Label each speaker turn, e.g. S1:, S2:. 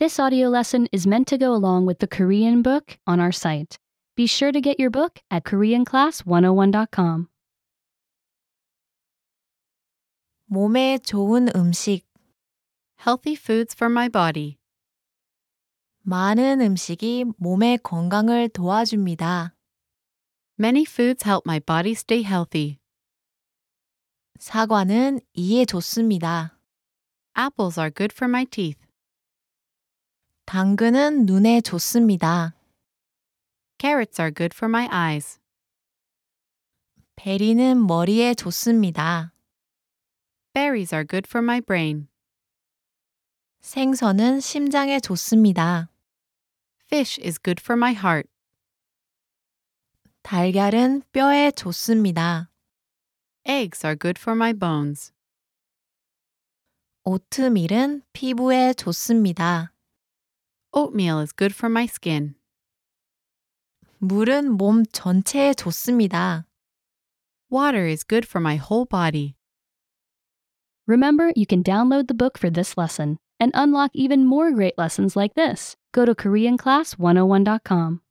S1: This audio lesson is meant to go along with the Korean book on our site. Be sure to get your book at koreanclass101.com.
S2: 몸에 좋은 음식,
S3: Healthy foods for my body.
S2: 많은 음식이 몸의 건강을 도와줍니다.
S3: Many foods help my body stay healthy.
S2: 사과는 이에 좋습니다.
S3: Apples are good for my teeth.
S2: 당근은 눈에 좋습니다.
S3: Carrots are good for my eyes.
S2: 베리는 머리에 좋습니다.
S3: Berries are good for my brain.
S2: 생선은 심장에 좋습니다.
S3: Fish is good for my heart.
S2: 달걀은 뼈에 좋습니다.
S3: Eggs are good for my bones.
S2: 오트밀은 피부에 좋습니다.
S3: Oatmeal is good for my skin.
S2: 물은 몸 전체에 좋습니다.
S3: Water is good for my whole body.
S1: Remember, you can download the book for this oh lesson and unlock even more great lessons like this. Go to koreanclass101.com.